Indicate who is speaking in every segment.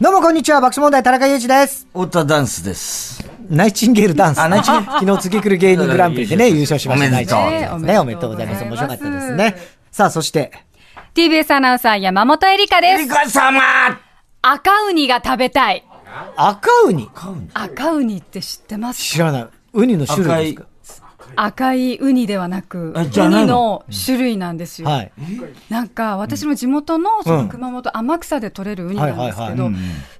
Speaker 1: こんにちは、爆笑問題田中裕二です。
Speaker 2: 太田ダンスです。
Speaker 1: ナイチンゲールダンス。
Speaker 2: あナイチンゲール
Speaker 1: 昨日次来る芸人グランプリでね、優勝しました。
Speaker 2: おめでとう
Speaker 1: ナイチンゲールね、お
Speaker 3: お
Speaker 1: めで
Speaker 3: めで
Speaker 1: と
Speaker 3: と
Speaker 1: うご
Speaker 3: うご
Speaker 1: ざ
Speaker 3: ざ
Speaker 1: いま。
Speaker 3: いますす
Speaker 1: 面白かったですね。さあ、そして、
Speaker 3: TBS アナウンサー山本恵里香で
Speaker 2: リ
Speaker 3: す。
Speaker 2: カ様
Speaker 3: 赤ウニが食べたい。
Speaker 1: 赤ウニ。
Speaker 3: 赤ウニって知ってます
Speaker 1: 知らない。ウニの種類ですか
Speaker 3: 赤いウニではなく、ウ
Speaker 2: あじゃない
Speaker 3: ニ
Speaker 2: の
Speaker 3: の種類なんですよ。
Speaker 1: はい。
Speaker 3: なんか、私の地元のそ
Speaker 1: うん
Speaker 3: の熊本、天草で取れるウニなんです
Speaker 1: はい
Speaker 3: け
Speaker 1: はいは
Speaker 3: ど、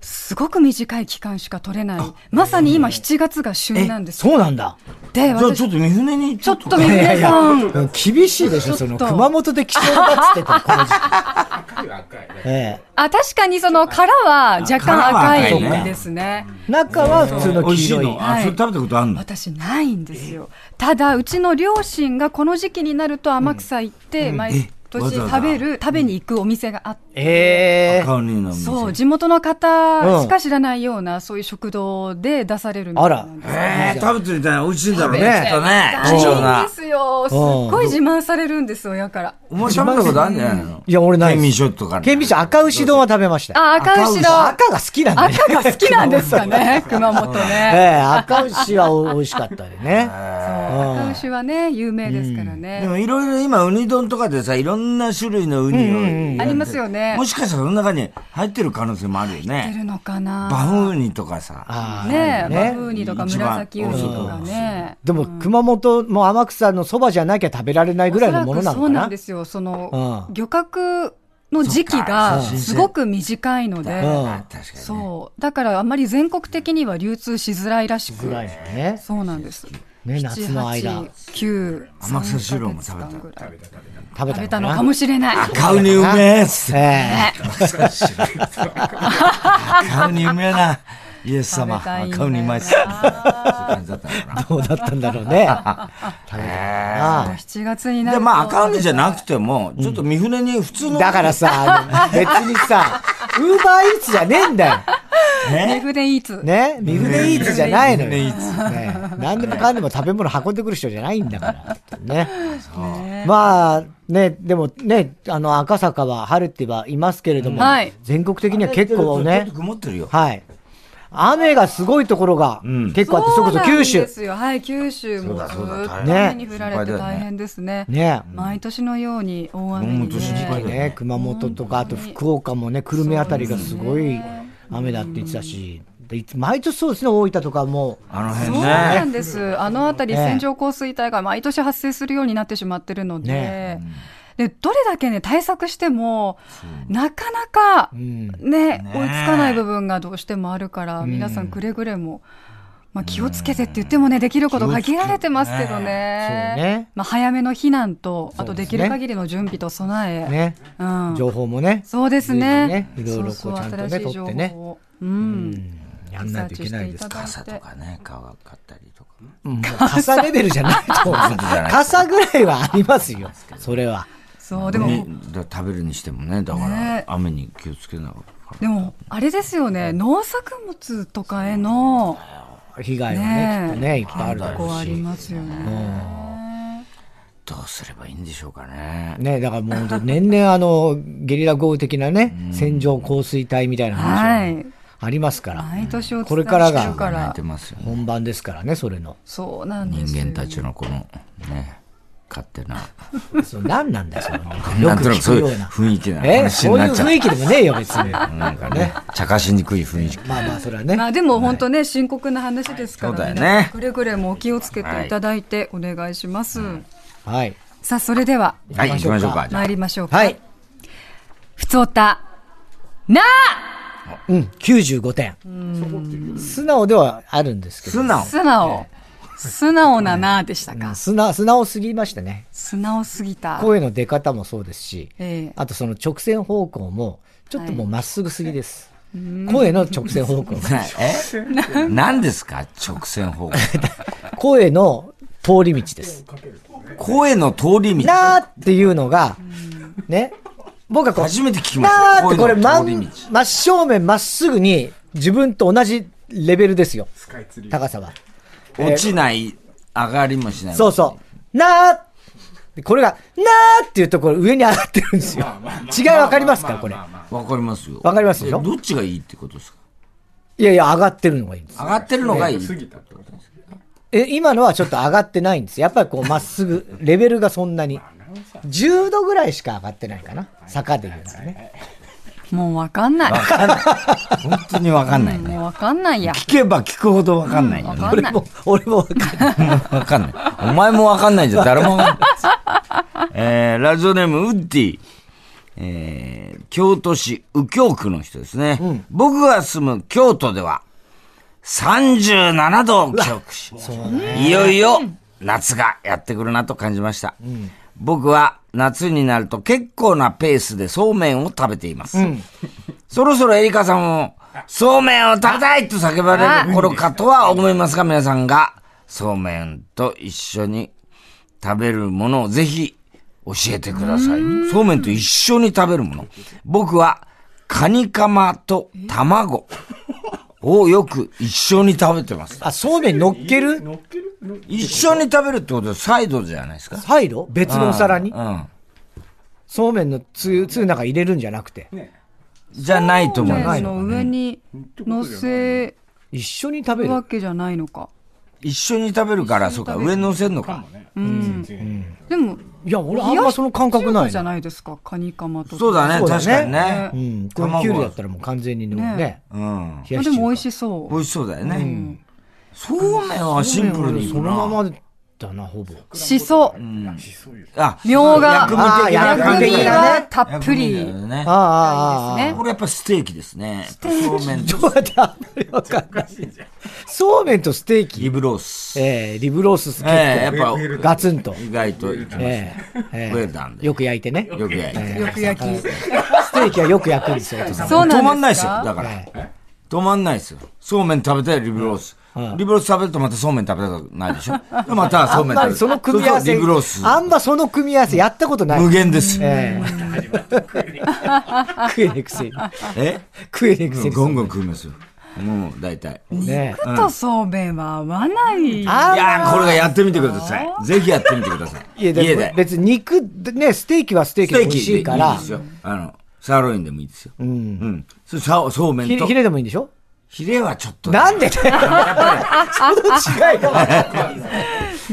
Speaker 3: すごく短い期間しか取れない。まさに今7月が旬なんですよ。
Speaker 1: そうなんだ。
Speaker 3: で、
Speaker 2: じゃあち
Speaker 3: 私
Speaker 2: ょ、っと三船に
Speaker 3: ちょっと三船さん、
Speaker 1: 厳しいでしょ、その、
Speaker 3: ちょっと
Speaker 1: 熊本で貴重だっつってた、この時期。え
Speaker 3: あ、確かにその殻は若
Speaker 2: 殻は
Speaker 3: 干赤
Speaker 2: 赤いね
Speaker 3: いですね。
Speaker 1: え。中は普通の
Speaker 2: 美味
Speaker 1: 黄
Speaker 2: しい
Speaker 1: 色い
Speaker 2: の。。あ、
Speaker 3: はい
Speaker 2: それ食べたことあるの
Speaker 3: 私ないんですよ。ただ、うちの両親がこの時期になると天草行って、毎
Speaker 2: わ
Speaker 3: 年
Speaker 2: ざわざ
Speaker 3: 食べる、食べに行くお店があって、
Speaker 1: ええ。
Speaker 2: 顔にの
Speaker 3: そう、
Speaker 2: 店。
Speaker 3: 地元の方しか知らないような、そういう食堂で出されるみたいなんです。
Speaker 2: えー、食べてみたいな美味しいんだろうね。
Speaker 1: ね
Speaker 2: きっとね
Speaker 3: 大
Speaker 2: 貴重
Speaker 3: 変
Speaker 2: な
Speaker 3: で。すよ。すっごい自慢されるんですよ、親から。
Speaker 2: お前食べたことあるんじゃないの
Speaker 1: いや、俺ないです。
Speaker 2: 県民ショットから。
Speaker 1: 県民ショット赤牛丼は食べましたよ。
Speaker 3: あ、赤牛だ。
Speaker 1: 赤が好きなんだね
Speaker 3: 赤が好きなんですかね、熊本
Speaker 1: え
Speaker 3: ね。
Speaker 1: え、赤牛はお美味しかったで ね。
Speaker 3: 赤牛はね、有名ですから
Speaker 2: で
Speaker 3: ね。
Speaker 2: もいろいろ今ウニ丼とかでさ、いろんな種類のウニを、
Speaker 3: ありますよね
Speaker 2: も。しかしたらその中に入ってる可能性もあるよ
Speaker 3: 知って
Speaker 2: ね。
Speaker 3: るのか
Speaker 2: バ
Speaker 3: な。
Speaker 2: フンウニとかさ。
Speaker 1: ああ
Speaker 3: ねえ、
Speaker 1: ね
Speaker 3: バフーニとか
Speaker 2: 一番
Speaker 3: 紫ウニとかね。
Speaker 1: でも、熊本も天草のそばじゃなきゃ食べられないぐらいのものなの
Speaker 3: おそらくそ
Speaker 1: か
Speaker 3: うなん
Speaker 1: な
Speaker 3: で。すよ。その
Speaker 1: うん
Speaker 3: 漁獲の時期
Speaker 2: そっか
Speaker 3: が
Speaker 2: そう
Speaker 3: すごく短いので、
Speaker 1: うん
Speaker 2: 確かにね。
Speaker 3: そう。だからあんまり全国的には流通しづらいらしく
Speaker 1: ぐ。らいのね。
Speaker 3: そうなんです。
Speaker 1: ね夏の間
Speaker 3: 9、
Speaker 2: 天草四郎も食べた
Speaker 3: 3ヶ月間ぐらい
Speaker 1: 食べ
Speaker 3: 食べ
Speaker 1: た
Speaker 3: た
Speaker 1: の
Speaker 3: の
Speaker 1: かな。
Speaker 3: かもしれない。
Speaker 2: 買うにうめえっす。
Speaker 1: ええ。
Speaker 2: 買うにうめえな。イエス
Speaker 3: 食べ
Speaker 2: 様。
Speaker 3: た
Speaker 2: 買
Speaker 3: いんだよな
Speaker 2: うにうまいっす。そういう感じだったのかな。
Speaker 1: どうだったんだろう ね。
Speaker 3: あ7月にな
Speaker 2: で、
Speaker 3: ると
Speaker 2: まあ、赤鬼じゃなくても、ちょっと三船に普通の。
Speaker 1: だからさ、あの別にさ、ウーバーイーツじゃねえんだよ。
Speaker 3: ネ
Speaker 2: ね。
Speaker 3: フでイーツ。
Speaker 1: ねミフネイーツじゃないのよ。
Speaker 2: ミフネイ
Speaker 1: ね
Speaker 2: ーツ
Speaker 1: 何でもかんでも食べ物運んでくる人じゃないんだから。ね。まあ、ね、でもね、あの、赤坂は春ってばいますけれども
Speaker 3: はい、
Speaker 1: 全国的には結構
Speaker 2: ちょ
Speaker 1: ね
Speaker 2: っと、曇ってるよ。
Speaker 1: はい。雨がすごいところが結構あって、それこそ九
Speaker 3: そうなん
Speaker 1: 州
Speaker 3: で。すよ。はい、九州もずっ
Speaker 2: そうだそうだ
Speaker 3: と
Speaker 2: 大
Speaker 1: 変
Speaker 3: 雨に降られて大変ですね。
Speaker 1: ね
Speaker 3: 毎年のように大雨に
Speaker 2: 本当心配だ
Speaker 3: ね
Speaker 2: よ。
Speaker 1: ね、熊本とか、あと福岡もね、久留米あたりがすごい雨だって言ってたし、でいつ毎年そうですね、大分とかも。
Speaker 2: あの
Speaker 3: そ
Speaker 2: 辺
Speaker 3: うなん
Speaker 2: ね。
Speaker 3: です。あのあたり
Speaker 1: ええ
Speaker 3: 線状降水帯が毎年発生するようになってしまってるので、
Speaker 1: ね
Speaker 3: でどれだけね対策してもなかなかね、追いつかない部分がどうしてもあるから、皆さんくれぐれも。まあ、気をつけてって言ってもね、できること限られてますけどね。
Speaker 1: そうね
Speaker 3: まあ、早めの避難と、あと
Speaker 1: で
Speaker 3: です
Speaker 1: ね
Speaker 3: きる限りの準備と備え。
Speaker 1: ね、
Speaker 3: うん。
Speaker 1: 情報もね、
Speaker 3: そうですね。
Speaker 1: 随分ねいろいろこう
Speaker 3: そうそう
Speaker 1: ちゃんとね
Speaker 3: 新しい情報
Speaker 1: 取ってね
Speaker 3: をうん。
Speaker 1: やんないといけないですから
Speaker 2: 傘とかね、顔が買ったりとか。
Speaker 1: 傘レベルじゃないと思う
Speaker 2: 本当じゃない
Speaker 1: 傘ぐらいはありますよ。それは。
Speaker 3: そう、でも、
Speaker 2: ねだから食べるにしてもね、だから
Speaker 3: ね
Speaker 2: 雨に気をつけながら。
Speaker 3: でも、あれですよね、農作物とかへの、
Speaker 1: 被害はね、き
Speaker 3: ねえ
Speaker 1: っとね、いっぱいあるだ
Speaker 3: こう
Speaker 1: ろう
Speaker 3: あり
Speaker 1: し。
Speaker 3: ますよね。
Speaker 2: どうすればいいんでしょうかね。
Speaker 1: ね、だからもう本当年々あの、ゲリラ豪雨的なね、線状降水帯みたいな
Speaker 3: は
Speaker 1: 話
Speaker 3: い。
Speaker 1: ありますから、
Speaker 3: 毎年お伝えしてるから。
Speaker 1: これからが
Speaker 2: 泣いてますよね。
Speaker 1: 本番ですからね、それの。
Speaker 3: そうなんです
Speaker 2: 人
Speaker 3: よ
Speaker 2: 間たちのこの、ね、勝手な。
Speaker 1: そう何なんだよ、それ
Speaker 2: な
Speaker 1: よ
Speaker 2: ん
Speaker 1: く
Speaker 2: となく
Speaker 1: 聞
Speaker 2: そ
Speaker 1: く
Speaker 2: う
Speaker 1: よ
Speaker 2: いう
Speaker 1: うな。
Speaker 2: 雰囲気な
Speaker 1: え、
Speaker 2: 話
Speaker 1: そ
Speaker 2: に
Speaker 1: うい
Speaker 2: な
Speaker 1: う
Speaker 2: っちゃ
Speaker 1: 雰囲気でもねえよ、別 に。ま
Speaker 2: なんかね、茶化しにくい雰囲気。
Speaker 1: あまあ、それはね。
Speaker 3: まあでも本当ね、深刻な話ですか
Speaker 2: そうだ
Speaker 3: ら
Speaker 2: よ
Speaker 3: ね。
Speaker 2: ね
Speaker 3: 皆さんくれぐれもお気をつけていただいてお願いします。
Speaker 1: はい。
Speaker 3: さあ、それでは
Speaker 2: はい、行きましょう
Speaker 1: は
Speaker 2: か。じゃあ
Speaker 3: 参りましょうか。
Speaker 1: はい。
Speaker 3: ふつおた、な
Speaker 1: うん、95点。素直ではあるんですけど。
Speaker 2: 素直。
Speaker 3: 素直。素直ななでしたか。
Speaker 1: 素直、素直すぎましたね。
Speaker 3: 素直すぎた。
Speaker 1: 声の出方もそうですし、
Speaker 3: ええ
Speaker 1: あとその直線方向も、ちょっともうまっすぐすぎです。声の直線方向。
Speaker 2: え 何ですか直線方向。
Speaker 1: 声の通り道です。
Speaker 2: 声の通り道。
Speaker 1: なーっていうのが、ね、僕はこう、
Speaker 2: 初めて聞きまし
Speaker 1: な
Speaker 2: た
Speaker 1: ーってこれ
Speaker 2: 声の
Speaker 1: 真
Speaker 2: 通り
Speaker 1: ん
Speaker 2: 道
Speaker 1: 真正面まっすぐに自分と同じレベルですよ。高さは。
Speaker 2: 落ちない、上がりもしない。
Speaker 1: そうそう。なーでこれが、なーっていうところ上に上がってるんですよ。違いわかりますかこれ。
Speaker 2: う。わかりますよ。
Speaker 1: わかりますでしょ
Speaker 2: えどっちがいいってことですか
Speaker 1: いやいや、上がってるのがいいんです。
Speaker 2: 上がってるのがいい。
Speaker 4: 過ぎたってことです
Speaker 1: え、今のはちょっと上がってないんです。やっぱりこう、まっすぐ、レベルがそんなに。10度ぐらいしか上がってないかな。坂で言うとね。
Speaker 3: もうわかんない。
Speaker 2: 本当にわかんないね。
Speaker 3: もうわかんないや。
Speaker 2: 聞けば聞くほどわかんないよ
Speaker 3: わ
Speaker 2: ね。
Speaker 3: かん
Speaker 1: 俺
Speaker 3: ない。
Speaker 1: も、俺もわかんない。
Speaker 2: わかんない。お前もわかんないじゃん。誰もわかんない。えー、ラジオネーム、ウッディ。えー、京都市右京区の人ですね。僕が住む京都では、37度を記録し、いよいよ夏がやってくるなと感じました。僕は夏になると結構なペースでそうめんを食べています。そろそろエリカさんも、そうめんを食べたいと叫ばれる頃かとは思いますが、皆さんが、そうめんと一緒に食べるものをぜひ教えてください。そうめんと一緒に食べるもの。僕は、カニカマと卵をよく一緒に食べてます。
Speaker 1: あ、そうめん乗っける
Speaker 4: 乗ってるの
Speaker 2: 一緒に食べるってことはサイドじゃないですか。
Speaker 1: サイド別のお皿に
Speaker 2: うん。
Speaker 1: そうめんのつゆ、つゆなんか入れるんじゃなくて。
Speaker 2: じゃないと思います
Speaker 3: 麺。の上に乗せ
Speaker 1: 一緒に食べ
Speaker 3: るわ
Speaker 1: る。
Speaker 3: けじゃないのか。
Speaker 2: 一緒に食べるから、そうか、上に乗せるのか。
Speaker 3: うん。でも、
Speaker 1: いや、俺あ
Speaker 3: 冷
Speaker 1: ん
Speaker 3: や
Speaker 1: ま
Speaker 3: し
Speaker 1: その感覚
Speaker 3: 中
Speaker 1: な
Speaker 3: 華
Speaker 1: い
Speaker 3: じゃ
Speaker 1: な。
Speaker 3: ないですか。カニカマと。
Speaker 2: そうだね、
Speaker 1: そうだね
Speaker 2: 確かにね。
Speaker 1: うん。このキュウリだったらもう完全にね、
Speaker 3: ね
Speaker 1: ね
Speaker 2: うん。
Speaker 1: 冷
Speaker 3: あ
Speaker 1: や
Speaker 3: で
Speaker 1: し
Speaker 3: も美
Speaker 1: 中
Speaker 3: 味しそ
Speaker 2: 美味しそうだよね。そうめんはシンプルにいく
Speaker 1: その
Speaker 2: な。
Speaker 1: ままだな、ほぼ。
Speaker 3: う。しそ。
Speaker 2: あ、
Speaker 3: みょうが
Speaker 2: 薬味的な感
Speaker 1: あ
Speaker 2: じ
Speaker 1: ー薬味
Speaker 3: がねたっぷり
Speaker 2: 薬味だよね
Speaker 1: ああ、ああ、ああ。
Speaker 3: ね
Speaker 2: こ。れやっぱステーキですね。そうめん
Speaker 1: ちょ
Speaker 2: と
Speaker 1: っと待って、あんまりわかんない。そうめんとステーキ
Speaker 2: リ。ブロース。え
Speaker 1: えー、リブロース結
Speaker 2: え、や
Speaker 1: 構、
Speaker 2: っぱ
Speaker 1: ガツンと。
Speaker 2: 意外といきます
Speaker 1: え
Speaker 2: ね。
Speaker 1: ーえ
Speaker 2: 増えたん
Speaker 1: ー
Speaker 2: で。
Speaker 1: よく焼いてね。
Speaker 2: よくやり
Speaker 3: よく焼き。
Speaker 1: ステーキはよく焼くんですよ、お父さん
Speaker 3: そう
Speaker 2: 止ま
Speaker 3: なんん
Speaker 2: ないで
Speaker 3: で
Speaker 2: すすよ、
Speaker 3: か。
Speaker 2: だか
Speaker 1: え
Speaker 2: ら。止まんないですよ。そうめん食べたいリブロース。リブロース食べるとまたそうめん食べたくない でしょ。でまたそうめん
Speaker 1: ま
Speaker 2: 食
Speaker 1: あ
Speaker 2: べる。
Speaker 1: その組み合わ
Speaker 2: そうそう
Speaker 1: せ
Speaker 2: リブロース、。
Speaker 1: あんまその組み合わせやったことない。
Speaker 2: 無限です。
Speaker 1: えー、食えねえくせに。
Speaker 2: え
Speaker 1: 食えねえくせに。
Speaker 2: ゴンゴン食いますよ。もう、大体。
Speaker 1: ね
Speaker 3: ちょっとそうめんは合わな
Speaker 1: あ
Speaker 3: い。
Speaker 2: い
Speaker 1: んま
Speaker 2: やー、これがやってみてください。ぜひやってみてください。
Speaker 1: いや、でも別に肉、ね、ステーキはステー
Speaker 2: ス
Speaker 1: キで
Speaker 2: テ
Speaker 1: 美
Speaker 2: ー
Speaker 1: 味
Speaker 2: キ
Speaker 1: し
Speaker 2: でい
Speaker 1: い
Speaker 2: い
Speaker 1: か
Speaker 2: で
Speaker 1: ら、
Speaker 2: すよ。あの、サーロインでもいいですよ。うん。うん。それさそうめ
Speaker 1: ヒ
Speaker 2: ん
Speaker 1: レ
Speaker 2: と
Speaker 1: ヒ。レでもいいんでしょ
Speaker 2: ヒレはちょっとね。
Speaker 1: なん でだよその違いが。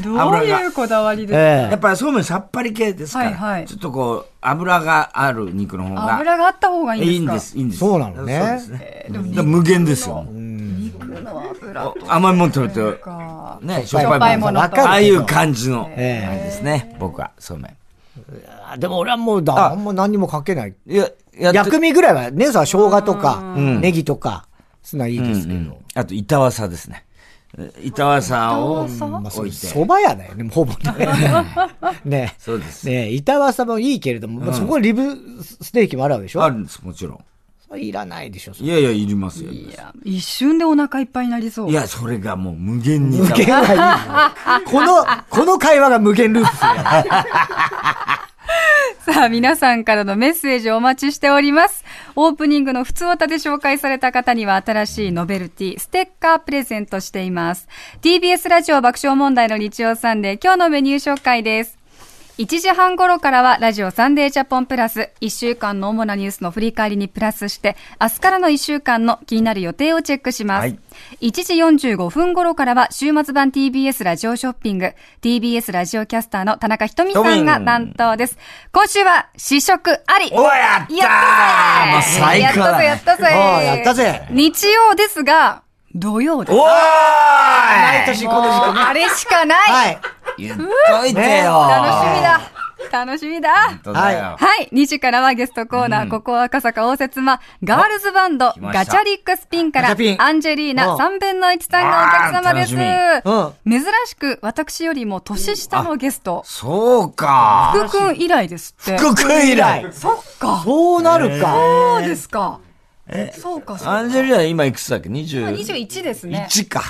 Speaker 3: どういうこだわりですか。
Speaker 1: え
Speaker 2: やっぱりそうめんさっぱり系ですから。
Speaker 3: はいはい
Speaker 2: ちょっとこう、油がある肉の方が。
Speaker 3: 油があった方がい
Speaker 2: いい
Speaker 3: いん
Speaker 2: ん
Speaker 3: で
Speaker 2: ですす、いいんです。
Speaker 1: そうなのね
Speaker 2: そうですね。だから無限ですよ。
Speaker 3: か。肉の油と
Speaker 2: 甘いもん食べて、
Speaker 3: か。
Speaker 2: ね、し
Speaker 1: ょ
Speaker 2: ょ
Speaker 1: っ
Speaker 2: っ
Speaker 1: ぱ
Speaker 2: ぱ
Speaker 1: い
Speaker 2: い
Speaker 1: も
Speaker 2: も
Speaker 1: の
Speaker 2: の。
Speaker 1: わ
Speaker 2: あ
Speaker 1: かるけど
Speaker 2: あいう感じの、あれ
Speaker 1: え
Speaker 2: ですね。僕は、そうめん。
Speaker 1: えでも俺はもうだ、あんま何にもかけない。
Speaker 2: いや、やって
Speaker 1: 薬味ぐらいはね、さ、生姜とか、ネギとか、すないいですけ
Speaker 2: う
Speaker 1: ど
Speaker 2: ん。あと、板わさですね。板わさを
Speaker 3: 板わさ
Speaker 2: 置いて。
Speaker 1: 蕎麦屋だよね、ほぼね。ね
Speaker 2: そうです。
Speaker 1: ね板わさもいいけれども、まあそこにリブステーキもあるわけでしょ
Speaker 2: あるんです、もちろん。
Speaker 1: それいらないでしょ、それ
Speaker 2: いやいや、いりますよ。い
Speaker 3: いや、一瞬でお腹いっぱいになりそう。
Speaker 2: や、それがもう無限に。無
Speaker 1: 無限はいいよこの、この会話が無限ループするよ。
Speaker 3: さあ、皆さんからのメッセージをお待ちしております。オープニングの普通歌で紹介された方には新しいノベルティ、ステッカープレゼントしています。TBS ラジオ爆笑問題の日曜サンデー、今日のメニュー紹介です。1時半頃からはラジオサンデージャポンプラス、1週間の主なニュースの振り返りにプラスして、明日からの1週間の気になる予定をチェックします。
Speaker 2: はい
Speaker 3: 1時45分頃からは週末版 TBS ラジオショッピング、TBS ラジオキャスターの田中ひとみさんが担当です。今週は試食あり
Speaker 2: おやったー
Speaker 3: や
Speaker 2: も
Speaker 3: っ
Speaker 2: う
Speaker 3: たぜ
Speaker 2: 最高だね
Speaker 3: やったぜ
Speaker 1: ああや
Speaker 3: やっ
Speaker 1: ったた
Speaker 3: ぜ
Speaker 1: ぜ
Speaker 3: 日曜ですが、土曜です。
Speaker 2: おーい
Speaker 1: 年この時間ね。
Speaker 3: あれしかない、
Speaker 1: はい。
Speaker 2: 言っといてよ、
Speaker 1: ね
Speaker 3: 楽しみだ楽しみだ
Speaker 2: 本当だよ
Speaker 1: は
Speaker 3: はい。2時からはゲストコーナー、ここ赤坂応接間、ガールズバンド、
Speaker 2: ま
Speaker 3: ガ
Speaker 2: し
Speaker 3: チ
Speaker 2: た
Speaker 3: ャリックスピンか
Speaker 1: ガ
Speaker 3: ら、
Speaker 1: チャピン
Speaker 3: アンジェリー
Speaker 1: う
Speaker 3: ナ
Speaker 1: ん
Speaker 3: 3分の1さんのお客様です。
Speaker 2: あ
Speaker 3: 珍しく、私よりも年下のゲスト、
Speaker 2: そうか。
Speaker 3: 福君以来ですって。
Speaker 2: 福君以来。
Speaker 3: そっか。
Speaker 1: そうなるか。
Speaker 3: そうですか。そうか、そうか。
Speaker 2: アンジェリーナ今いくつだっけ ?21
Speaker 3: 21ですね。
Speaker 2: か。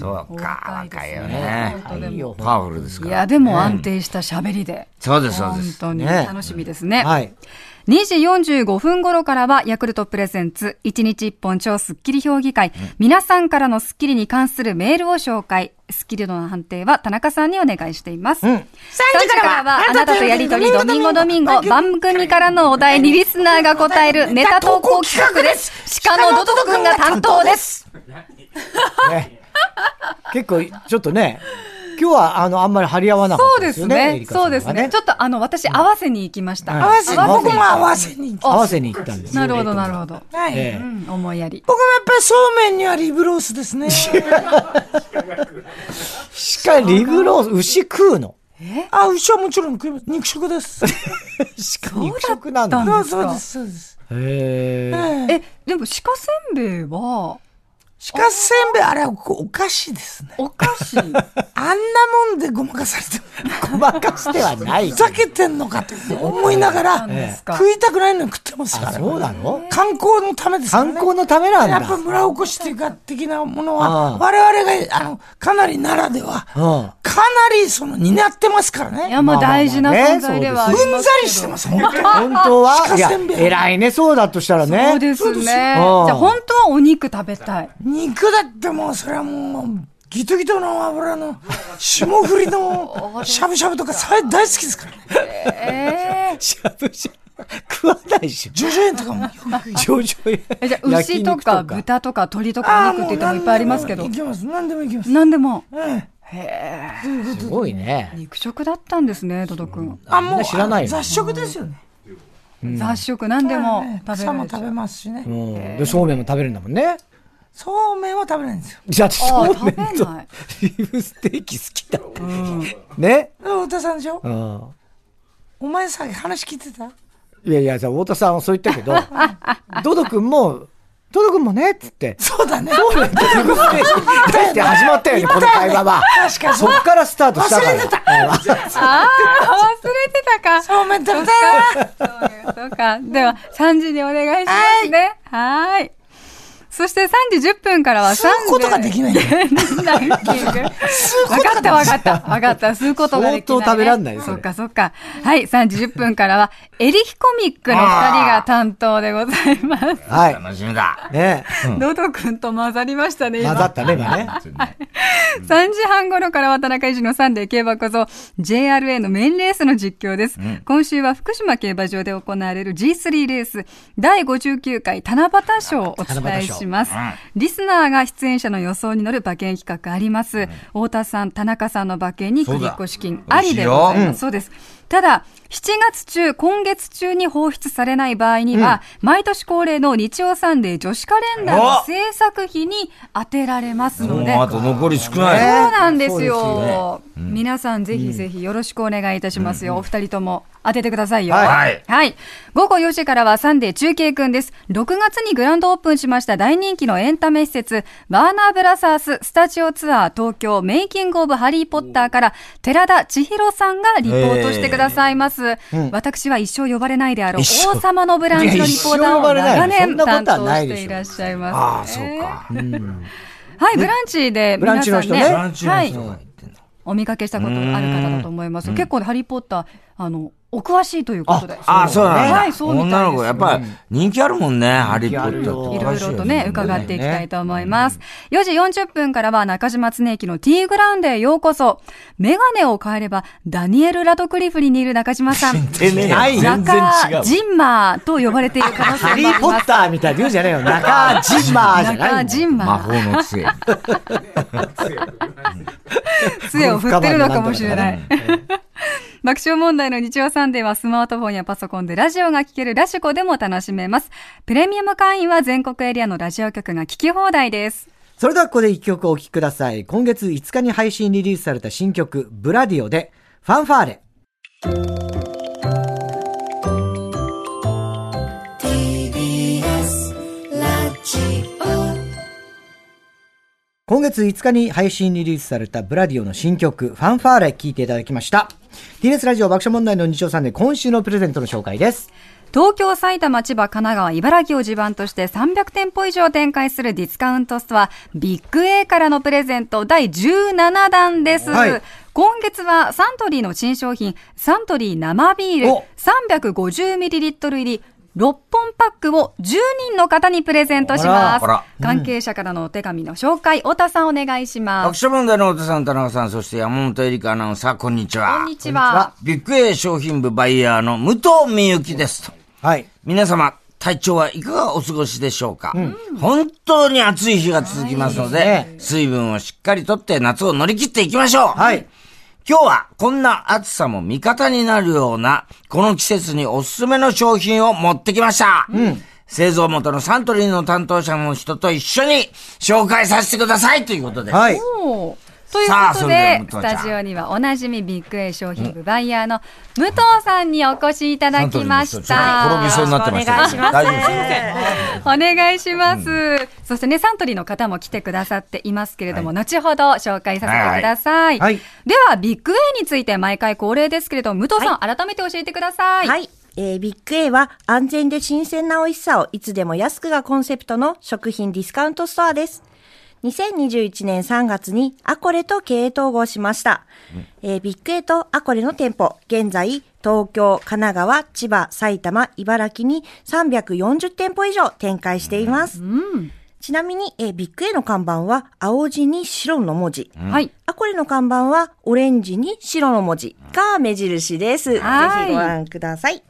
Speaker 2: そうか、
Speaker 3: 若
Speaker 2: 若
Speaker 3: い
Speaker 2: い
Speaker 3: です
Speaker 2: よ
Speaker 3: ね
Speaker 2: ね。
Speaker 1: いいよ。
Speaker 2: パワフルです
Speaker 3: い
Speaker 2: から。
Speaker 3: や、でも安定した喋りで。
Speaker 2: そうです、そうで
Speaker 3: 本
Speaker 2: す。
Speaker 3: 当に
Speaker 1: ね
Speaker 3: 楽しみですね。
Speaker 1: はい。
Speaker 3: 2時45分頃からは、ヤクルトプレゼンツ、1日1本超スッキリ評議会、皆さんからのスッキリに関するメールを紹介。スッキリ度の判定は田中さんにお願いしています。3時からは、あなたとやりとり、ドミンゴドミンゴ、番組からのお題にリスナーが答えるネタ投稿企画です。鹿のドドド君が担当です。
Speaker 1: ね、結構、ちょっとね、今日はあのあんまり張り合わなか
Speaker 3: そ
Speaker 1: っ
Speaker 3: う
Speaker 1: たで
Speaker 3: ですす
Speaker 1: よね。エ
Speaker 3: ね
Speaker 1: リ。カさん
Speaker 3: そ
Speaker 1: は
Speaker 3: うですね。ちょっとあの、私、合わせに行きました。
Speaker 1: はい
Speaker 4: 合わせ、
Speaker 1: 合わせ
Speaker 4: 僕も合わせに行き
Speaker 1: 合わせに行ったんですよ
Speaker 3: なるほど、なる
Speaker 1: ど。
Speaker 3: ほど。
Speaker 4: たい。
Speaker 1: え
Speaker 3: う
Speaker 1: え
Speaker 3: ん、思いやり。
Speaker 4: 僕もやっぱりそうめんにはリブロースですね。
Speaker 1: 鹿リブロース、牛食うの。
Speaker 4: あ、牛はもちろん食います。肉食です。
Speaker 1: 鹿肉食なんだ。
Speaker 3: そう
Speaker 4: そ
Speaker 3: だ
Speaker 4: う
Speaker 3: っ
Speaker 4: そう
Speaker 3: た
Speaker 4: です、そうです。
Speaker 1: へえ。
Speaker 3: え、でも鹿せんべいは、
Speaker 4: 鹿せんべい、あれはお菓子ですね。
Speaker 3: お菓子。
Speaker 4: あんなもんでごまかされても、
Speaker 1: ごまかしてはない
Speaker 4: ふ。ざけてんのかと思いながら、
Speaker 3: ですか
Speaker 4: 食いたくないのに食ってますか
Speaker 1: あ、
Speaker 4: ら。
Speaker 1: そうなの
Speaker 4: 観光のためですからね。
Speaker 1: 観光のためなん
Speaker 4: やっぱ
Speaker 1: だ。
Speaker 4: 村おこしというか的なもの
Speaker 1: ああ
Speaker 4: は、我々が、あの、かなりならでは、
Speaker 1: うん。
Speaker 4: かなりその、担ってますから
Speaker 3: い
Speaker 4: ね。
Speaker 3: や、
Speaker 1: ま
Speaker 3: ま
Speaker 1: あま
Speaker 3: あ
Speaker 1: あ
Speaker 3: 大事な存在ではあ
Speaker 1: ね
Speaker 3: り
Speaker 4: う
Speaker 3: ま
Speaker 1: そ
Speaker 3: す。
Speaker 4: んざりしてますす、本当に
Speaker 1: 本当は、い
Speaker 4: 鹿
Speaker 1: や
Speaker 4: せんべ、い
Speaker 1: 偉いね、そうだとしたらね。
Speaker 3: そうですね。じ
Speaker 1: うん
Speaker 3: ゃあ本当はお肉食べたい。
Speaker 4: 肉だってもう、それはもう、ギトギトの油の、霜降りの、しゃぶしゃぶとか、さ大好きですからね。
Speaker 3: ええ
Speaker 1: しゃぶしゃぶ食わないでしょ。
Speaker 4: ジョジョ園とかもよく行く。
Speaker 1: 上々
Speaker 3: じゃあ牛とか豚とか鶏とかお肉って言ってもいっぱいありますけど
Speaker 4: い。けます。何でもいけます。
Speaker 3: 何でも。
Speaker 1: すごいね。
Speaker 3: 肉食だったんですね、ドド君。
Speaker 4: あ、もう、
Speaker 1: 知らないよ
Speaker 4: 雑食ですよね。
Speaker 3: 雑食何でも食
Speaker 4: 草
Speaker 3: べられ
Speaker 4: も
Speaker 3: る。
Speaker 4: 食べますしね
Speaker 1: う。ん。で、そうめんも食べるんだもんね。
Speaker 4: そうめんは食べないんですよ。
Speaker 1: じゃあ、
Speaker 3: あ
Speaker 1: そう
Speaker 3: 食
Speaker 1: め
Speaker 3: べ
Speaker 1: んと
Speaker 3: ない。
Speaker 1: リブステーキ好きだって。ね。
Speaker 4: 太田さんでしょ
Speaker 1: うん。
Speaker 4: お前さっき話聞いてた
Speaker 1: いやいや、じゃあ、太田さんはそう言った けど、ドド君も、ドド君もね、っつって、
Speaker 4: そうだね。
Speaker 1: そうめんとリブステーキに対して始まったよね、この会話は。
Speaker 4: 確かに
Speaker 1: そっからスタートしたから。
Speaker 4: 忘れて
Speaker 3: ああ、忘れてたか。
Speaker 4: そうめん食べたい
Speaker 3: そうか。では、3時にお願いしますね。はーい。そして3時10分からは3時。
Speaker 4: 吸うことができないんだよ
Speaker 3: ランキング。分かった分かった。分かった。吸うことができない、
Speaker 1: 相当食べらんないよそ
Speaker 3: そ
Speaker 1: れ
Speaker 3: っかそっか。はい。3時10分からは、エリヒコミックの2人が担当でございます。
Speaker 1: は
Speaker 2: 楽しみだ。
Speaker 1: い。ね
Speaker 3: ドド君と混ざりましたね、今
Speaker 1: 混ざったね、 今ね。
Speaker 3: 3時半頃からは田中一のサンデー競馬こそ JRA のメインレースの実況です、今週は福島競馬場で行われる G3 レース第59回七夕賞をお伝えします、リスナーが出演者の予想に乗る馬券企画あります、太田さん田中さんの馬券に繰り越し金
Speaker 2: そうだ
Speaker 3: ありでございます
Speaker 2: 美味しいようん
Speaker 3: そうです。ただ、7月中、今月中に放出されない場合には、毎年恒例の日曜サンデー女子カレンダーの制作費に当てられます
Speaker 2: も
Speaker 3: の
Speaker 2: う
Speaker 3: で、
Speaker 2: あと残り少
Speaker 1: ね
Speaker 2: ない。
Speaker 3: そうなんです
Speaker 1: そうです
Speaker 3: よ。皆さんぜひぜひよろしくお願いいたしますよ。お二人とも当ててくださいよ。
Speaker 1: はい
Speaker 2: はい
Speaker 3: 午後4時からはサンデー中継くんです。6月にグランドオープンしました大人気のエンタメ施設、ワーナーブラザーススタジオツアー東京メイキングオブハリーポッターから寺田千尋さんがリポートしてくださいます。私は一生呼ばれないであろう
Speaker 2: 一生
Speaker 3: 王様のブランチのリポーターを長年担当していらっしゃいます。
Speaker 2: ああ、そうか。
Speaker 3: はい、ブランチで
Speaker 1: ブラン
Speaker 3: 皆
Speaker 1: チ
Speaker 3: さ
Speaker 1: の
Speaker 3: ん
Speaker 1: 人
Speaker 3: ね、
Speaker 1: ね
Speaker 2: ランチの
Speaker 3: はい
Speaker 2: 人、が言ってんの。
Speaker 3: お見かけしたことある方だと思います。結構ねハリーポッター、あの、お詳しいということで。
Speaker 2: ああ、そうなんだ。
Speaker 3: はいそうみたいです
Speaker 2: 女の子、やっぱり人気あるもんね、ハリー・ポッター
Speaker 1: 人
Speaker 2: と
Speaker 1: 気
Speaker 3: い
Speaker 1: あ
Speaker 3: ろ
Speaker 1: る
Speaker 3: いろとね、伺っていきたいと思います。4時40分からは中島恒之の T グラウンドへようこそ。メガネを変えれば、ダニエル・ラドクリフに似る中島さん。
Speaker 2: てねえよ
Speaker 1: ない
Speaker 2: 全然違
Speaker 3: 中
Speaker 2: う。
Speaker 3: ジンマーと呼ばれている可能性も
Speaker 1: ハ
Speaker 3: あり
Speaker 1: リー・ポ
Speaker 3: ま
Speaker 1: ッ
Speaker 3: す。
Speaker 1: ターみたいに言うんじゃねえよ。中島じゃな
Speaker 3: 中
Speaker 1: い
Speaker 3: ジ
Speaker 1: の
Speaker 3: ン
Speaker 2: 魔
Speaker 3: マ
Speaker 2: 法
Speaker 3: ー、
Speaker 2: の 杖。
Speaker 3: 杖を振ってるのかもしれない。爆笑問題の日曜サンデーはスマートフォンやパソコンでラジオが聴けるラジコでも楽しめます。プレミアム会員は全国エリアのラジオ局が聴き放題です。
Speaker 1: それではここで一曲お聴きください。今月5日に配信リリースされた新曲、ブラディオで、ファンファーレ。
Speaker 5: TBS ラジオ
Speaker 1: 今月5日に配信リリースされたブラディオの新曲、ファンファーレ聴いていただきました。TBS ラジオ爆笑問題の日曜さんで今週のプレゼントの紹介です。
Speaker 3: 東京、埼玉、千葉、神奈川、茨城を地盤として300店舗以上展開するディスカウントストア、ビッグ A からのプレゼント第17弾です。
Speaker 1: はい
Speaker 3: 今月はサントリーの新商品、サントリー生ビール 350ml 入り6本パックを10人の方にプレゼントします
Speaker 2: あらあら。
Speaker 3: 関係者からのお手紙の紹介、太田さんお願いしま
Speaker 2: 学
Speaker 3: す。
Speaker 2: 者問題の太田さん、田中さん、そして山本エリカアナウンサー、こんにちは。
Speaker 3: こんにちは。
Speaker 2: ビッグ A 商品部バイヤーの武藤美幸ですと。
Speaker 1: はい。
Speaker 2: 皆様、体調はいかがお過ごしでしょうか、本当に暑い日が続きますので、
Speaker 1: はい
Speaker 2: 水分をしっかりとって夏を乗り切っていきましょう、
Speaker 1: はい。
Speaker 2: 今日はこんな暑さも味方になるような、この季節におすすめの商品を持ってきました。製造元のサントリーの担当者の人と一緒に紹介させてくださいということで。
Speaker 1: はい。
Speaker 3: おーという
Speaker 2: さあそ
Speaker 3: こと
Speaker 2: れでは
Speaker 3: で
Speaker 2: 武、藤ち
Speaker 3: ス
Speaker 2: ゃん
Speaker 3: タジオにはおなじみビッグ A 商品部バイヤーの武藤さんにお越しいただきまし
Speaker 2: サントリーの人ちょっと転び
Speaker 3: た
Speaker 2: そ。うになってましたけど。大丈夫ですか
Speaker 3: お願いします、そしてね、サントリーの方も来てくださっていますけれども、後ほど紹介させてください。
Speaker 1: はいはい
Speaker 3: では、ビッグ A について毎回恒例ですけれども、武藤さん、改めて教えてください。
Speaker 6: はい。えービッグ A は安全で新鮮な美味しさをいつでも安くがコンセプトの食品ディスカウントストアです。2021年3月にアコレと経営統合しました。えービッグ A とアコレの店舗、現在、東京、神奈川、千葉、埼玉、茨城に340店舗以上展開しています。ちなみに、えービッグ A の看板は青地に白の文字。
Speaker 3: はい
Speaker 6: アコレの看板はオレンジに白の文字が目印です。ぜひご
Speaker 3: はい
Speaker 6: 覧ください。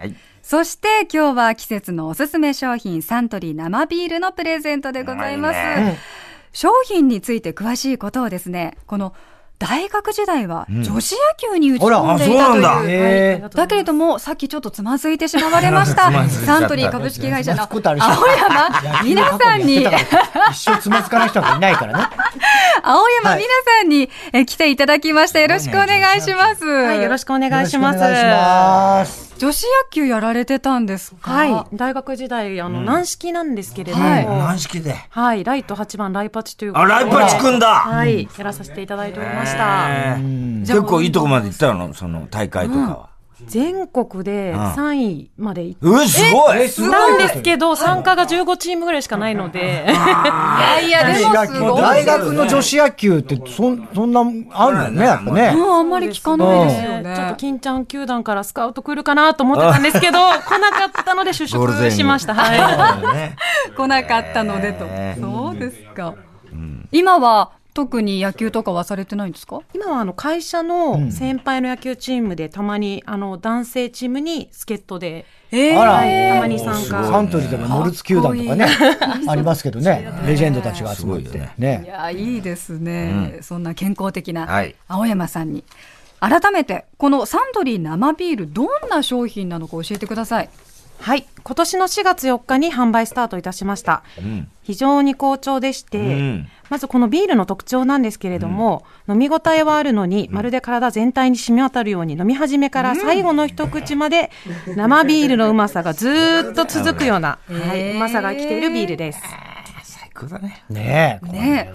Speaker 3: そして、今日は季節のおすすめ商品、サントリー生ビールのプレゼントでございま
Speaker 2: う
Speaker 3: す。
Speaker 2: まいね
Speaker 3: 商品について詳しいことをですね、この大学時代は女子野球に打ち込んでいたとい
Speaker 2: あ
Speaker 3: う、
Speaker 2: らあそうなんだ
Speaker 1: え
Speaker 3: だけれども、さっきちょっとつまずいてしまわれ ました。サントリー株式会社の 青山、皆さんに、
Speaker 1: 一生つまずかない人がいないからね。
Speaker 3: 青山皆さんにえ来ていただきました。よろしくお願いします。
Speaker 7: はい、よろしくお願いします。
Speaker 1: よろくお願いします。
Speaker 3: 女子野球やられてたんですか
Speaker 7: はい、大学時代、あの、軟式なんですけれども、
Speaker 3: はい
Speaker 7: はい、
Speaker 2: 軟式で。
Speaker 7: ライト8番、ライパチというこ
Speaker 2: あ、
Speaker 7: とで
Speaker 2: ライパチくんだ、
Speaker 7: はい、やらさせていただいておりました。
Speaker 2: 結構いいとこまで行ったのその大会とかは。
Speaker 7: 全国で3位まで行っ
Speaker 2: うえ、すごい
Speaker 1: す
Speaker 7: たん
Speaker 1: ね
Speaker 7: ですけど、参加が15チームぐらいしかないので、
Speaker 3: いやいや、でもすごい。
Speaker 1: 大学の女子野球って、そん、そんな、あるよね、やっぱね。
Speaker 3: もうあんまり聞かないですよね。
Speaker 7: ちょっと金ちゃん球団からスカウト来るかなと思ってたんですけど、来なかったので就
Speaker 2: ゴールデンウィーク
Speaker 7: 職しました。はい。
Speaker 3: 来なかったのでと。そうですか。今は特に野球とかはされてないんですか
Speaker 7: 今はあの会社の先輩の野球チームでたまにあの男性チームに助っ人で
Speaker 3: え
Speaker 1: あら
Speaker 7: たまに参加
Speaker 1: サントリーでもモルツ球団とかね、ありますけどね、レジェンドたちが集まっ
Speaker 2: すごい
Speaker 1: て
Speaker 2: よね。
Speaker 3: い
Speaker 1: ね。
Speaker 3: や、いいですね、そんな健康的な
Speaker 2: はい
Speaker 3: 青山さんに。改めて、このサントリー生ビール、どんな商品なのか教えてください。
Speaker 7: はい。今年の4月4日に販売スタートいたしました。非常に好調でして、
Speaker 2: ん
Speaker 7: まずこのビールの特徴なんですけれども、飲み応えはあるのに、まるで体全体に染み渡るように、飲み始めから最後の一口まで、生ビールのうまさがずーっと続くような、は
Speaker 3: へー
Speaker 7: い、うまさが生きているビールです。
Speaker 2: 最高だね。
Speaker 1: ねえ。
Speaker 3: ね、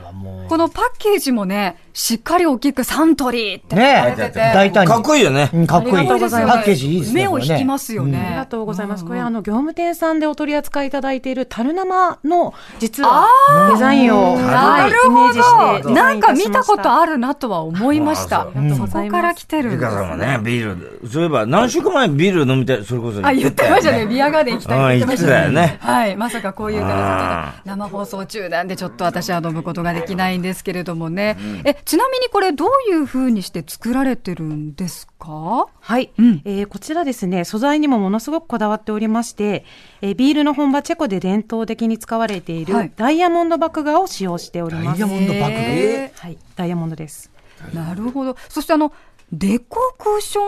Speaker 3: このパッケージもね、しっかり大きくサントリーって。
Speaker 1: ね
Speaker 3: 書い
Speaker 1: え。
Speaker 3: てあって
Speaker 1: 大胆に。
Speaker 2: かっこいいよね。
Speaker 1: うんかっこいい。
Speaker 7: ありがとうござい
Speaker 1: パ
Speaker 7: ます
Speaker 1: ッケージいいですね。。
Speaker 3: 目を引きますすよ
Speaker 7: あり
Speaker 3: ね
Speaker 7: が。とうございます。これ、あの、業務店さんでお取り扱いいただいている、樽生の、実は、デザインを、
Speaker 3: な
Speaker 7: はい
Speaker 3: る
Speaker 7: イメージ
Speaker 3: ほ
Speaker 7: して
Speaker 3: ど。
Speaker 7: デザ
Speaker 3: な
Speaker 7: イン
Speaker 3: ん
Speaker 7: いたし
Speaker 3: か
Speaker 7: まし
Speaker 3: 見
Speaker 7: た、
Speaker 3: たことあるなとは思いました。
Speaker 7: うん
Speaker 3: そこから来てるん
Speaker 2: ゆ
Speaker 3: で
Speaker 2: か
Speaker 3: す
Speaker 2: さんもね、ビール、そういえば何週間前ビール飲みたい、それこそ
Speaker 3: あ、言ってました
Speaker 2: よ
Speaker 3: ね。ビアガーデン行きたいって言ってました
Speaker 2: うん言って
Speaker 3: はい。まさかこういう
Speaker 2: あー
Speaker 3: 形で生放送中なんで、ちょっと私は飲むことができないんですけれどもね。え、ちなみにこれどういう風にして作られてるんですか
Speaker 7: はい、
Speaker 3: うん
Speaker 7: えーこちらですね、素材にもものすごくこだわっておりまして、えービールの本場チェコで伝統的に使われてい
Speaker 3: はい
Speaker 7: るダイヤモンド麦芽を使用しております。
Speaker 1: ダイヤモンド麦芽
Speaker 3: へ
Speaker 7: はい、ダイヤモンドです。
Speaker 3: ーなるほど。そしてあの、デコクション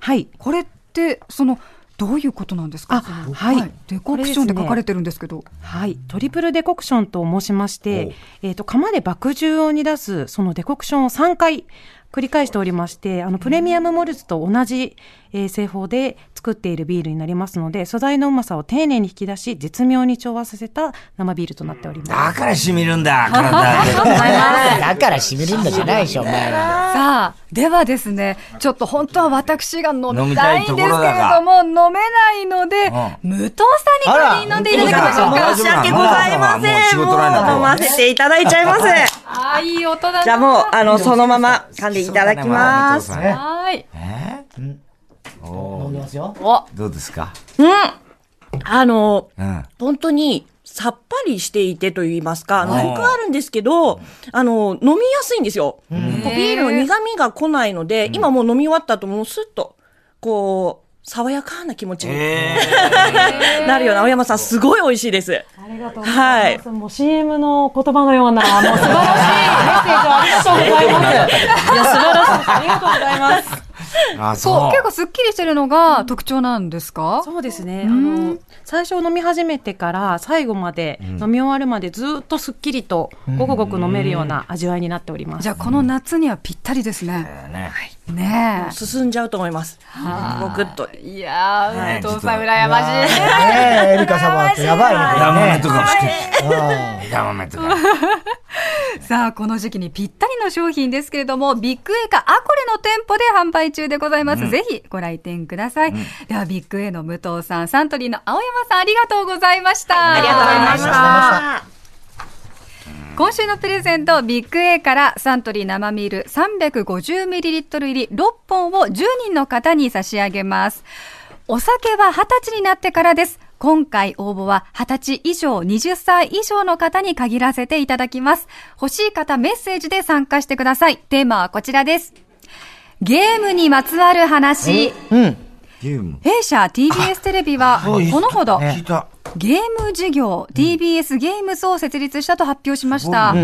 Speaker 7: はい。
Speaker 3: これって、その、どういうことなんですか
Speaker 7: あ
Speaker 3: その
Speaker 7: はい
Speaker 3: デコクションって書かれてるんですけど。
Speaker 7: はい、トリプルデコクションと申しまして、えー、と釜で爆汁を煮出すそのデコクションを3回繰り返しておりましてあのプレミアムモルツと同じ、えー製法で作っているビールになりますので素材のうまさを丁寧に引き出し絶妙に調和させた生ビールとなっております。
Speaker 2: だから染みるんだ、体で。
Speaker 1: だから染みるんだじゃないでしょ、お前ら。
Speaker 3: さあ、ではですね、ちょっと本当は私が飲みたいんですけれ
Speaker 2: 飲みたいとこ
Speaker 3: ども、飲めないので、武藤さんに代わりに飲んでいただきましょう
Speaker 2: あら
Speaker 3: か。
Speaker 6: 申し訳ございません。
Speaker 2: もう仕事ないな
Speaker 6: もう飲ませていただいちゃいます。
Speaker 3: ああ、いい音だな。
Speaker 6: じゃあもう、あの、そのまま噛んでいただきま
Speaker 2: そ
Speaker 6: す
Speaker 2: う。だねまあ伊藤さん
Speaker 3: はーい。
Speaker 2: え
Speaker 1: 飲んでますよ。
Speaker 3: お、
Speaker 2: ーどうですか
Speaker 6: あの、
Speaker 2: うん。
Speaker 6: 本当に、さっぱりしていてと言いますか、あの
Speaker 2: はい
Speaker 6: コクあるんですけど、あの、飲みやすいんですよ。こうビールの苦味が来ないので、今もう飲み終わった後、もうスッと、こう、爽やかな気持ちに
Speaker 2: え
Speaker 6: なるような、青山さん、すごい美味しいです。
Speaker 7: ありがとうございます。
Speaker 6: はい。
Speaker 7: もう CM の言葉のような、もう素晴らしいメッセージをありがとうございます。いや、素晴らしいです。ありがとうございます。
Speaker 2: ー、あ、
Speaker 3: そう、
Speaker 2: そ
Speaker 3: 結構すっきりしてるのが特徴なんですか
Speaker 7: そうですね。あの、最初飲み始めてから最後まで、飲み終わるまでずっとすっきりと、ごくごく飲めるような味わいになっております。
Speaker 3: じゃあ、この夏にはぴったりですね。
Speaker 2: う。ね。
Speaker 3: ね
Speaker 6: 進んじゃうと思います。ごくっと。
Speaker 3: え。いやー、
Speaker 2: ね
Speaker 3: 伊藤さん、羨ましい。
Speaker 1: ねえ、エリカ様ってやばい
Speaker 2: 枝豆
Speaker 1: ね。
Speaker 2: とかもして。
Speaker 1: うん
Speaker 2: 枝豆とか。
Speaker 3: さあ、この時期にぴったりの商品ですけれども、ビッグエーかアコレの店舗で販売中でございます。ぜひご来店ください。では、ビッグエーの武藤さん、サントリーの青山さん、ありがとうございました。ありがとうございました。今週のプレゼント、ビッグ A からサントリー生ミール 350ml 入り6本を10人の方に差し上げます。お酒は20歳になってからです。今回応募は20歳以上、20歳以上の方に限らせていただきます。欲しい方メッセージで参加してください。テーマはこちらです。ゲームにまつわる話。
Speaker 2: ゲーム。
Speaker 3: 弊社 TBS テレビは、このほど、
Speaker 2: 聞いた。
Speaker 3: ゲーム事業 TBS ゲームズを設立したと発表しました。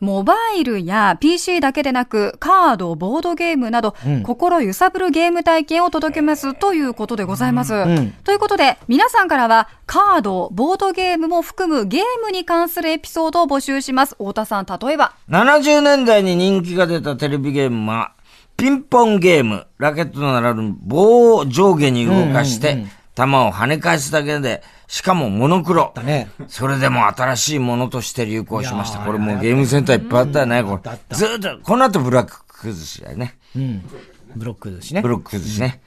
Speaker 3: モバイルや PC だけでなく、カード、ボードゲームなど、心揺さぶるゲーム体験を届けますということでございます。ということで、皆さんからは、カード、ボードゲームも含むゲームに関するエピソードを募集します。太田さん、例えば。
Speaker 2: 70年代に人気が出たテレビゲームは、ピンポンゲーム、ラケットのなる棒を上下に動かして、球を跳ね返すだけで、しかもモノクロ。
Speaker 1: ね
Speaker 2: それでも新しいものとして流行しました。これもうゲームセンターいっぱいあったよね、これ。ずーっと、この後ブラック崩しだよね。
Speaker 1: ブロックですね
Speaker 2: ブ。ロック崩しね。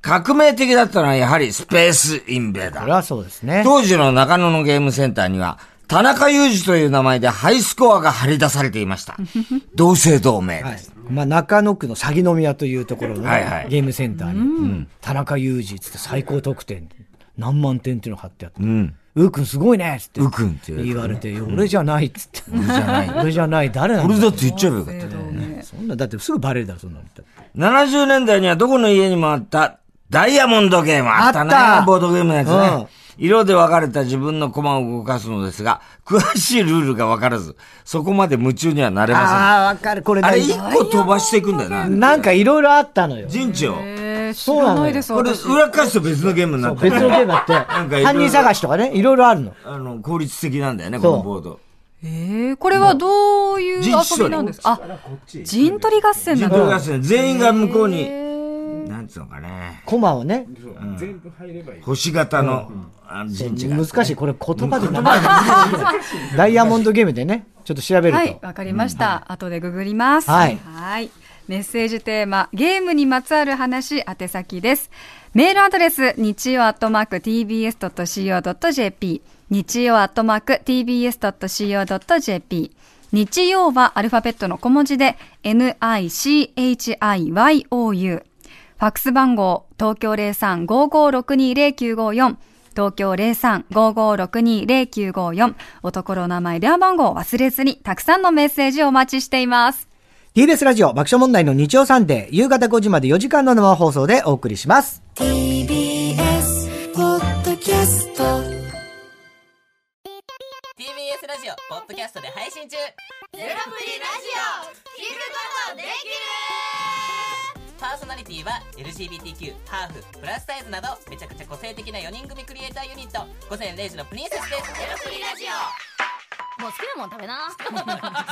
Speaker 2: 革命的だったのはやはりスペースインベーダー
Speaker 1: それ。はそうですね。
Speaker 2: 当時の中野のゲームセンターには、田中裕二という名前でハイスコアが張り出されていました。 同姓同名です。
Speaker 1: まあ、中野区の鷺宮というところの
Speaker 2: はいはい
Speaker 1: ゲームセンターに、田中裕二っつって最高得点、何万点っていうの貼ってあって、
Speaker 2: うん。
Speaker 1: うーくんすごいねっつって
Speaker 2: うくんって言われて
Speaker 1: 言われて、俺じゃないっつって。
Speaker 2: 俺じゃない。
Speaker 1: 俺じゃない、誰なんだ
Speaker 2: 俺だって言っちゃえばよかった。
Speaker 1: そんな、だってすぐバレるだろ、そんなの。
Speaker 2: 70年代にはどこの家にもあったダイヤモンドゲーム。あったね
Speaker 1: あった
Speaker 2: ボードゲームのやつね。色で分かれた自分の駒を動かすのですが、 詳しいルールが分からず、そこまで夢中にはなれま
Speaker 1: あー、わかる。これ
Speaker 2: せん。
Speaker 1: な
Speaker 2: あれ
Speaker 1: ん
Speaker 2: 一
Speaker 1: か、
Speaker 2: 個飛ばしていくんだよな。
Speaker 1: なんかいろいろあったのよ。
Speaker 2: 陣地を。
Speaker 3: えー、知
Speaker 1: うなのよ
Speaker 3: らないです、
Speaker 2: これ
Speaker 3: 私。
Speaker 2: 裏返すと別のゲームになって
Speaker 1: 別
Speaker 2: る
Speaker 1: のゲームだって、
Speaker 2: んかいろいろ
Speaker 1: 犯人探しとかね、いろいろあるの。
Speaker 2: あの、効率的なんだよね、
Speaker 1: そ
Speaker 2: こ
Speaker 1: う
Speaker 2: のボード。
Speaker 3: えー、これはどういう遊びなんですかあ、陣取り合戦なん
Speaker 2: 人取
Speaker 3: だ。
Speaker 2: り合戦、全員が向こうに、
Speaker 3: えー
Speaker 2: なんつうのかね、
Speaker 1: コマをね、
Speaker 2: 星型の、あの陣地が。
Speaker 1: 難しい。これ言葉で名前難しい。ダイヤモンドゲームでね、ちょっと調べる
Speaker 3: は
Speaker 1: と
Speaker 3: い、。わかりました。後でググります。
Speaker 1: はい
Speaker 3: いメッセージテーマ、ゲームにまつわる話、宛先です。メールアドレス、日曜アットマーク tbs.co.jp。日曜アットマーク tbs.co.jp。日曜はアルファベットの小文字で、nichiyou。ファックス番号、東京03-55620954、東京03-55620954、おところ名前、電話番号を忘れずに、たくさんのメッセージをお待ちしています。
Speaker 1: TBS ラジオ爆笑問題の日曜サンデー、夕方5時まで4時間の生放送でお送りします。
Speaker 5: TBS ポッドキャスト
Speaker 8: TBS ラジオポッドキャストで配信中ゼロプリラジオ聞くことできるパーソナリティは LGBTQ ハーフプラスサイズなどめちゃくちゃ個性的な4人組クリエイターユニット午前0時のプリンセスですゼ ロプリラジ
Speaker 9: もう好きなもん食べな。
Speaker 8: オ好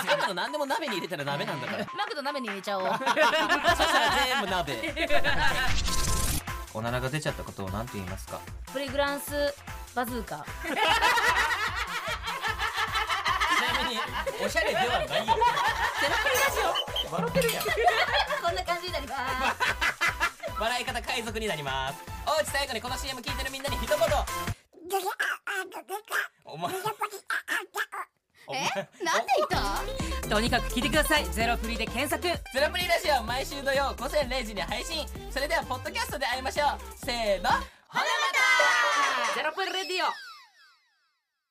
Speaker 8: きなの何でも鍋に入れたら鍋なんだ から
Speaker 9: マクド鍋に入れち ゃおう。
Speaker 8: そしたら全部 鍋おならが出ちゃったことを何て言いますか
Speaker 9: プリグランスバズー カ。
Speaker 8: ちなみにおしゃれではないよゼロプリラジオ笑ってるやん
Speaker 9: こんな感じになります。
Speaker 8: 笑い方海賊になりますおうち最後にこの CM 聞いてるみんなに一言お前
Speaker 9: え、なんで言った？
Speaker 10: とにかく聞いてくださいゼロプリで検索
Speaker 8: ゼロプリラジオ毎週土曜午前0時に配信それではポッドキャストで会いましょうせーのほなまた
Speaker 10: ゼロプリレディオ